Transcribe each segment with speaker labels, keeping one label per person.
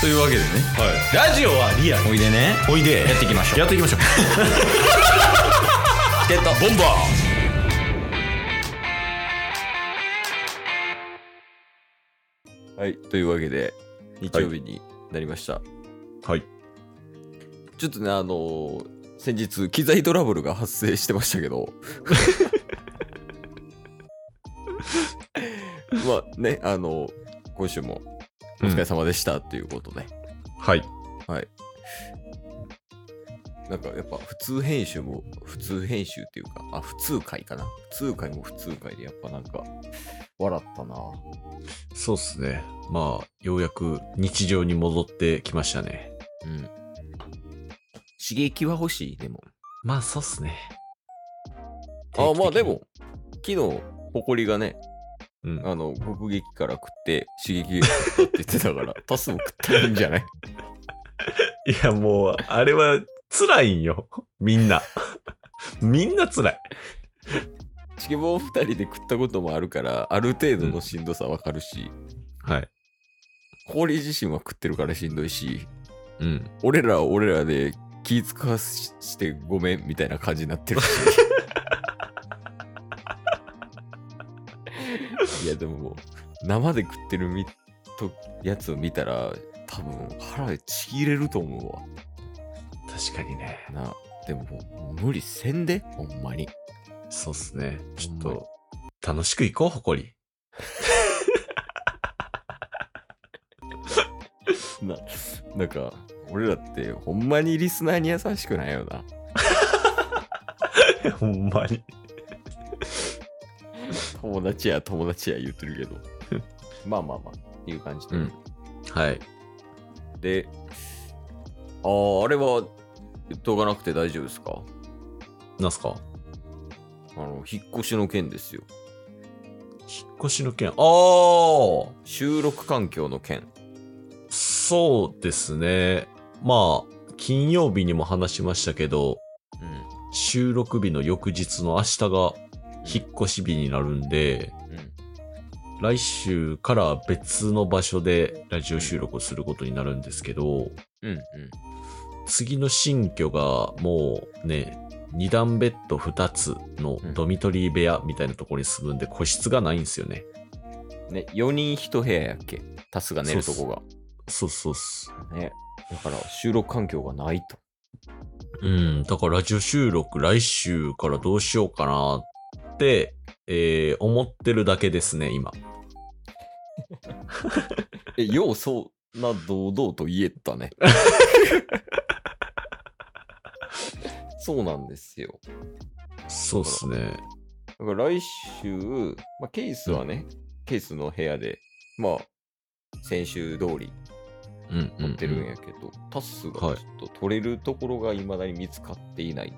Speaker 1: というわけでね
Speaker 2: ラジオはリアル
Speaker 1: おいでね
Speaker 2: おいで
Speaker 1: やっていきましょう
Speaker 2: やっていきましょう
Speaker 1: チケットボンバーはい、というわけで、日曜日になりました。
Speaker 2: はい
Speaker 1: ちょっとね、あのー先日、機材トラブルが発生してましたけ ど、まあね、あのー今週もお疲れ様でしたということで、
Speaker 2: はい
Speaker 1: なんかやっぱ普通編集も普通編集っていうか、あ、普通回かな。普通回も普通回でやっぱなんか笑ったな。
Speaker 2: そうっすねまあようやく日常に戻ってきましたね
Speaker 1: うん。刺激は欲しいでも。
Speaker 2: まあそうっすね
Speaker 1: あ、まあでも、昨日、ホコリがね、
Speaker 2: うん
Speaker 1: あの、極撃から食って刺激が食ったって言ってた から、タスも食ったらいいんじゃない
Speaker 2: いやもうあれは辛いんよみんな みんな辛い
Speaker 1: チケボン二人で食ったこともあるから、ある程度のしんどさわかるし、
Speaker 2: はい
Speaker 1: ホコリ自身は食ってるからしんどいし、
Speaker 2: うん
Speaker 1: 俺らは俺らで気使わししてごめんみたいな感じにな ってるし。いやでももう生で食ってるみとやつを見たら多分腹ちぎれると思うわ。
Speaker 2: 確かにね
Speaker 1: なでももう無理せんでほんまに。
Speaker 2: そうっすねちょっ
Speaker 1: ほんま
Speaker 2: と楽しく行こう誇り
Speaker 1: ななんか俺らってほんまにリスナーに優しくないよな。
Speaker 2: ほんまに
Speaker 1: 友達や友達や言ってるけど。 まあまあまあっていう感じで。
Speaker 2: うんはい
Speaker 1: で、ああ、あれは言っとかなくて大丈夫ですか
Speaker 2: なんすか
Speaker 1: あの、引っ越しの件ですよ。
Speaker 2: 引っ越しの件ああ
Speaker 1: 収録環境の件。
Speaker 2: そうですね。まあ、金曜日にも話しましたけど、
Speaker 1: う
Speaker 2: 収録日の翌日の明日が引っ越し日になるんで、
Speaker 1: ん。
Speaker 2: 来週から別の場所でラジオ収録をすることになるんですけど、
Speaker 1: うん。うん。
Speaker 2: 次の新居がもうね、二段ベッド二つのドミトリー部屋みたいなところに住むんで個室がないんですよね。
Speaker 1: うん。ね、4人1部屋やっけタスが寝るとこ
Speaker 2: そうそうっす。
Speaker 1: が。ね。だから、収録環境がないと。
Speaker 2: うん、だからラジオ収録来週からどうしようかなって、えー思ってるだけですね、今。
Speaker 1: え、ようそんな堂々と言えたね。 そうなんですよ。
Speaker 2: そうっすね。
Speaker 1: だから来週、まあ、ケースはね、ケースの部屋で、まあ、先週通り
Speaker 2: うん、うん。
Speaker 1: 撮ってるん
Speaker 2: や。
Speaker 1: やけど、タスがちょ
Speaker 2: は
Speaker 1: っ
Speaker 2: い
Speaker 1: と取れるところが未だに見つかっていない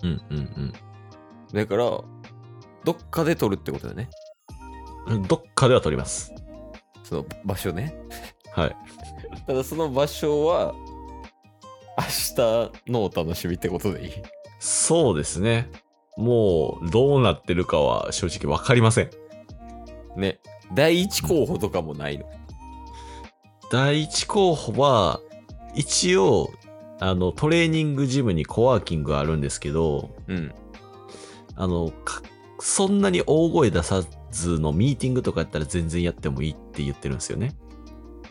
Speaker 1: と。
Speaker 2: うん、うん、
Speaker 1: だから、どっかで撮るってことだよね。
Speaker 2: うん。どっかでは撮ります。
Speaker 1: その場所ね。
Speaker 2: はい。
Speaker 1: ただその場所は、明日のお楽しみってことでいい。
Speaker 2: そうですね。もう、どうなってるかは正直わかりません。
Speaker 1: ね。第一候補とかもないの。
Speaker 2: 第一候補は、一応、あの、トレーニングジムにコワーキングあるんですけど、
Speaker 1: うん。
Speaker 2: あの、かそんなに大声出さずのミーティングとかやったら全然やってもいいって言ってるんですよね。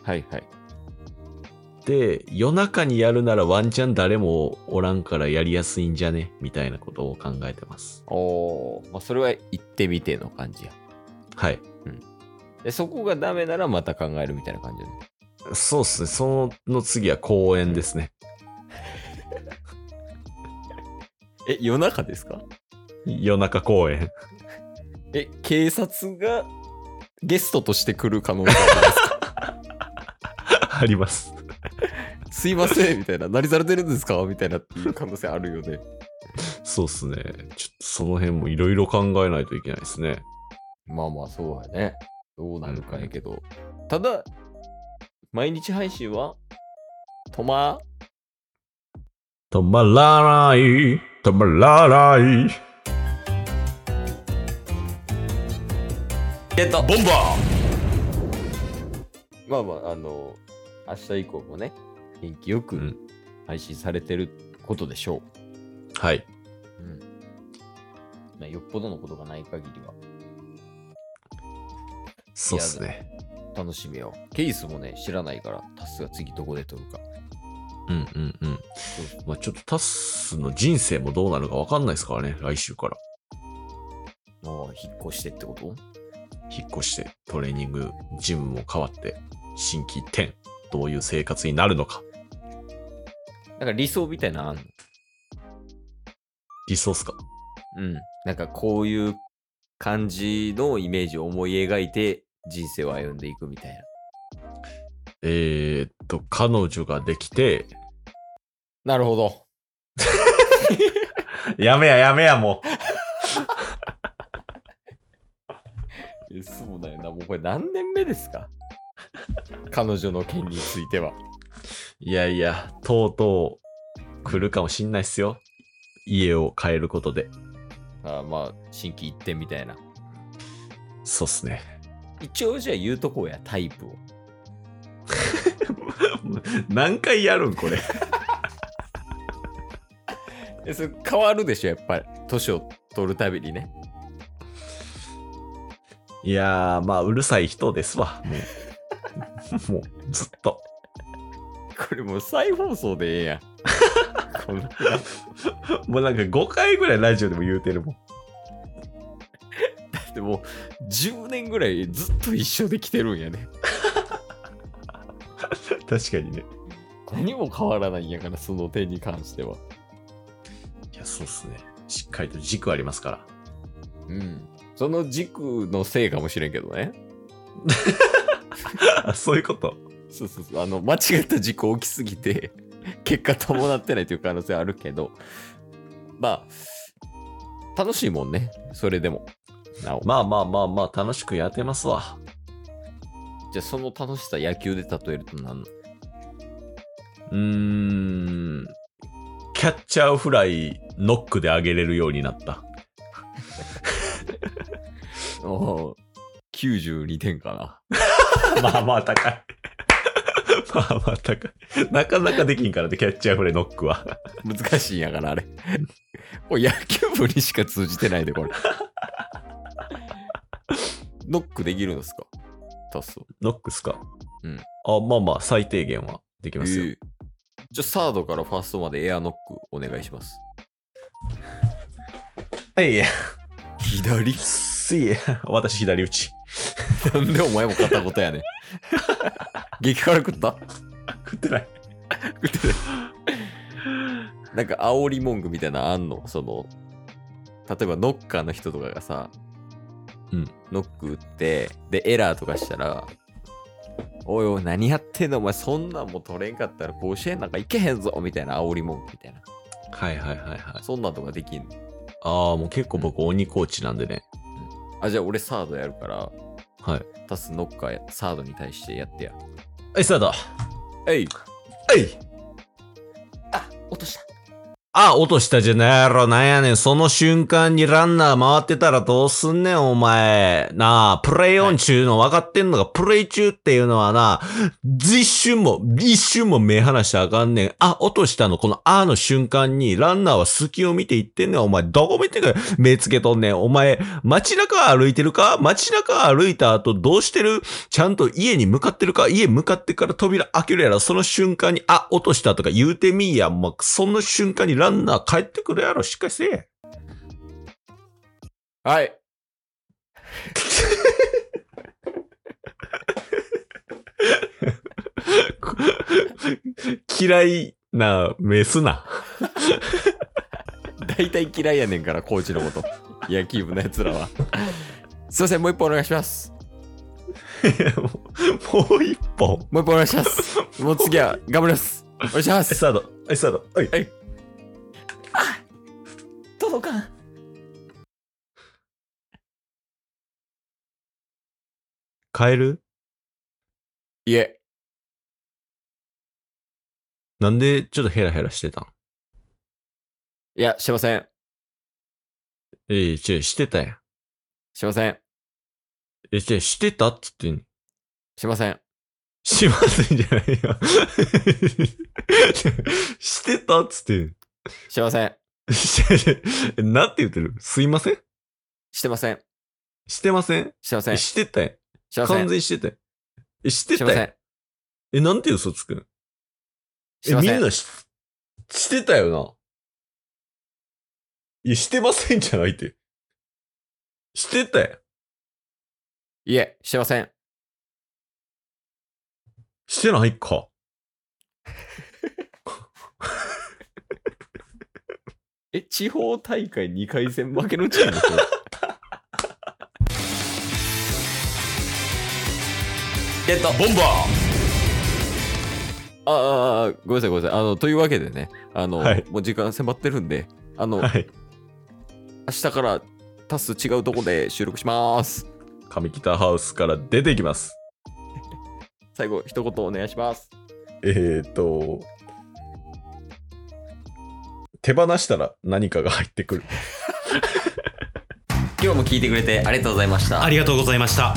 Speaker 1: はいはい。
Speaker 2: で、夜中にやるならワンチャン誰もおらんからやりやすいんじゃねみたいなことを考えてます。
Speaker 1: おー、まあ、それは行ってみての感じや。
Speaker 2: はい。
Speaker 1: で、そこがダメならまた考えるみたいな感じだね。
Speaker 2: そうっすね。その次は公演ですね。
Speaker 1: え、夜中ですか
Speaker 2: 夜中公演。
Speaker 1: え、警察がゲストとして来る可 能性がある。
Speaker 2: あります。
Speaker 1: すいませんみたいな、何されてるんですかみたいなっていう可能性あるよね。
Speaker 2: そうっすね。ちょっとその辺もいろいろ考えないといけないですね。
Speaker 1: まあまあ、そうだね。どうなるかやけど。ただ、毎日配信は、とま、
Speaker 2: 止まらない。止まらない。
Speaker 1: ゲットボンバーまあまあ、あの、明明日以降もね、元気よ
Speaker 2: う
Speaker 1: く
Speaker 2: ん。
Speaker 1: 配信されてることでしょ
Speaker 2: はい。
Speaker 1: う。うん。まあ、よっぽどのことがない限りは
Speaker 2: そうっすね。
Speaker 1: 楽しみよう。ケースもね、知らないから、タスが次どこで撮るか。
Speaker 2: うんうんうん。まあちょっとタスの人生もどうなるかわかんないですからね、来週から。
Speaker 1: ああ、引っ越してってこと
Speaker 2: 引っ越して、トレーニング、ジムも変わって、新規転、どういう生活になるのか。
Speaker 1: なんか理想みたいなのあんの
Speaker 2: 理想っすか
Speaker 1: うん。なんかこういう感じのイメージを思い描いて人生を歩んでいくみたい
Speaker 2: えー、っと、彼女ができて、
Speaker 1: な。なるほど。
Speaker 2: やめややめやもう。
Speaker 1: そうだよな。もうこれ何年目ですか 彼女の件については。
Speaker 2: いやいや、とうとう来るかもしんないっすよ。家を変えることで。
Speaker 1: ああまあ、心機一転みたいな。
Speaker 2: そうっすね。
Speaker 1: 一応じゃあ言うとこうや、タイプを。
Speaker 2: 何回やるんこれ。
Speaker 1: えそれ変わるでしょ、やっぱり。年を取るたびにね。
Speaker 2: いやー、まあ、うるさい人ですわ。 もう、もうずっと。
Speaker 1: これもう再放送でえ えやん。こんな
Speaker 2: もうなんか5回ぐらいラジオでも言うてるもん。
Speaker 1: でもう10年ぐらいずっと一緒で来てるんやね。
Speaker 2: 確かにね。
Speaker 1: 何も変わらないんやから、その点に関しては。
Speaker 2: いや、そうっすね。しっかりと軸ありますから。
Speaker 1: うん。その軸のせいかもしれんけどね。
Speaker 2: あ そういうこと。
Speaker 1: そうそうそう。あの、間違った軸起きすぎて、 結果伴ってないという可能性あるけど、まあ、楽しいもんね。それでも。なお。
Speaker 2: まあまあまあまあ、楽しくやってますわ。
Speaker 1: じゃあその楽しさ野球で例えると何の
Speaker 2: うーん。キャッチャーフライ、ノックで上げれるようになった。
Speaker 1: お92点か
Speaker 2: まあまあ高い。まあまあ高い。なかなかできんからね、キャッチャーフライ、ノックは。
Speaker 1: な。難しいんやから、あれ。これ野球部にしか通じてないで、これ。 ノックできるんですかタッソ。
Speaker 2: ノックっすか
Speaker 1: うん。
Speaker 2: あ、まあまあ、最低限はでき
Speaker 1: え
Speaker 2: ますよ。
Speaker 1: ーじゃあサードからファーストまでエアノックお願いします。
Speaker 2: いや、
Speaker 1: 左
Speaker 2: いや、私左打ち。
Speaker 1: なんでお前も片言や ねん。激辛食った
Speaker 2: 食ってない。
Speaker 1: 食ってない。なんか煽り文句みたいなのあんのその、例えばノッカーの人とかがさ、
Speaker 2: うん
Speaker 1: ノック打って、で、エラーとかしたら、おいおい、何やってんのお前、そんなんも取れんかったら甲子園なんか行けへんぞみたいな煽り文句みたいな。
Speaker 2: はいはいはいはい。
Speaker 1: そんなんとかできんの
Speaker 2: ああ、もう結構僕鬼コーチなんでね。
Speaker 1: あ、じゃあ俺サードやるから、
Speaker 2: はい。
Speaker 1: タスノッカーサードに対してやってや。
Speaker 2: はい、スタート。
Speaker 1: えい
Speaker 2: えい
Speaker 1: あ、落とした。
Speaker 2: あ、落としたじゃねえやろ、なんやねん。その瞬間にランナー回ってたらどうすんねん、お前。なあ、プレイオン中の分かってんのが、プレイ中っていうのはな、一瞬も、一瞬も目離してあかんねん。あ、落としたの、このあの瞬間に、ランナーは隙を見ていってんねん、お前。どこ見てか、目つけとんねん。お前、街中歩いてるか街中歩いた後どうしてるちゃんと家に向かってるか家向かってから扉開けるやら、その瞬間に、あ、落としたとか言うてみいや。もう、その瞬間にランナー帰ってくるやろ。しっかりせえ。
Speaker 1: はい。
Speaker 2: 嫌いな、メスな。
Speaker 1: 大体嫌いやねんから、コーチのこと。野球部のやつらは。すいません、もう一本お願いします。
Speaker 2: もう一本。
Speaker 1: もう一本お願いし ます。もう次は頑張ります。お願いしま
Speaker 2: え、
Speaker 1: す。
Speaker 2: サード。え、サード。おい。
Speaker 1: 届かん。
Speaker 2: 帰る
Speaker 1: いえ、
Speaker 2: なんで、ちょっとヘラヘラしてたん
Speaker 1: いや、しません。
Speaker 2: え、ちょ、してたやん。
Speaker 1: しません。
Speaker 2: え、ちょ、してたっつってん。
Speaker 1: しません。
Speaker 2: しますんじゃないよ。 してたっつって。
Speaker 1: してません。
Speaker 2: して なんて言ってるすいません
Speaker 1: してません。
Speaker 2: してません
Speaker 1: してません。し
Speaker 2: してたや
Speaker 1: てませ
Speaker 2: ん。完
Speaker 1: ん。
Speaker 2: 全にしてたやん。え、して
Speaker 1: して
Speaker 2: た
Speaker 1: ませ
Speaker 2: やん。
Speaker 1: ん。
Speaker 2: え、なんて嘘つくん
Speaker 1: して
Speaker 2: え、
Speaker 1: ま
Speaker 2: み
Speaker 1: せ
Speaker 2: ん
Speaker 1: ん。
Speaker 2: なし、してたよな。いや、してませんじゃないって。してたやん。
Speaker 1: いえ、してません。
Speaker 2: してないか。
Speaker 1: え、地方大会2回戦負けのチーム
Speaker 2: えっと、ボンバ
Speaker 1: あああ、ごめんなさい、ごめんなさい。あの、というわけでね、あの、
Speaker 2: はい
Speaker 1: もう時間迫ってるんで、あの、
Speaker 2: ー はい。
Speaker 1: 明日からタス違うとこで収録します。
Speaker 2: 上北ハウスから出ていきます。
Speaker 1: 最後、一言お願いします。
Speaker 2: えー、っと、手放したら何かが入ってくる。
Speaker 1: 今日も聞いてくれてありがとうございました
Speaker 3: あ。りがとうございました。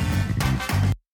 Speaker 3: す